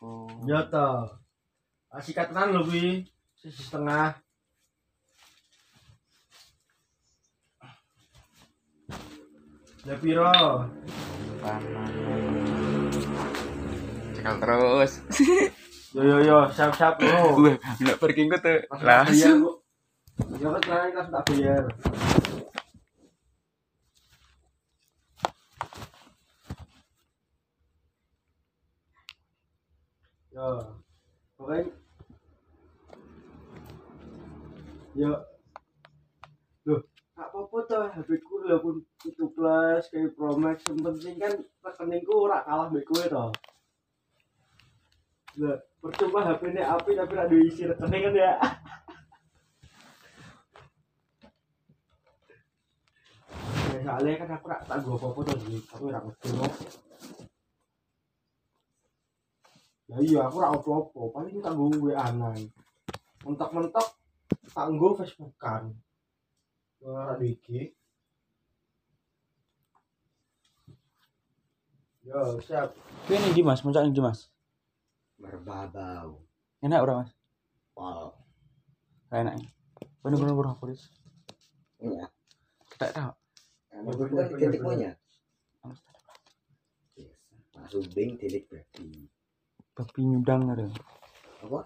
Oh. Ya toh. Sikat tenan lho kuwi. Sisi setengah. Ya piro? Panas. Cekal terus. Yo yo yo, siap-siap lho. Wah, Oh, nak pergi gue tuh. Langsung tak bayar, Langsung. kok. Ya kan tenan kan tak bayar. Yo. Oke. Yo. Ya. Loh, gak apa-apa toh HP ku lho pun itu plus kayak Pro Max yang penting kan rekeningku ora kalah mbek kowe toh. Lah, percuma HP ini api tapi ora duwe isi rekening kan ya. Ya, soalnya kan aku rak tak gua apa-apa tuh duit, aku rak ngerti loh. Ya iya, aku rak apa-apa, paling tak gua WA nang. Mentok-mentok tak gua Facebookan. Gua rak di IG. Yo, siap. Kuwi ning ndi Mas? Muncak ning ndi Mas? berbabau Enak ora Mas? pol Ora enak. Bener bener ora polis. ya Ketek ta. emang itu kan titik punya Mas. Yes. Pak Subing titik berarti Babi nyudang ngene.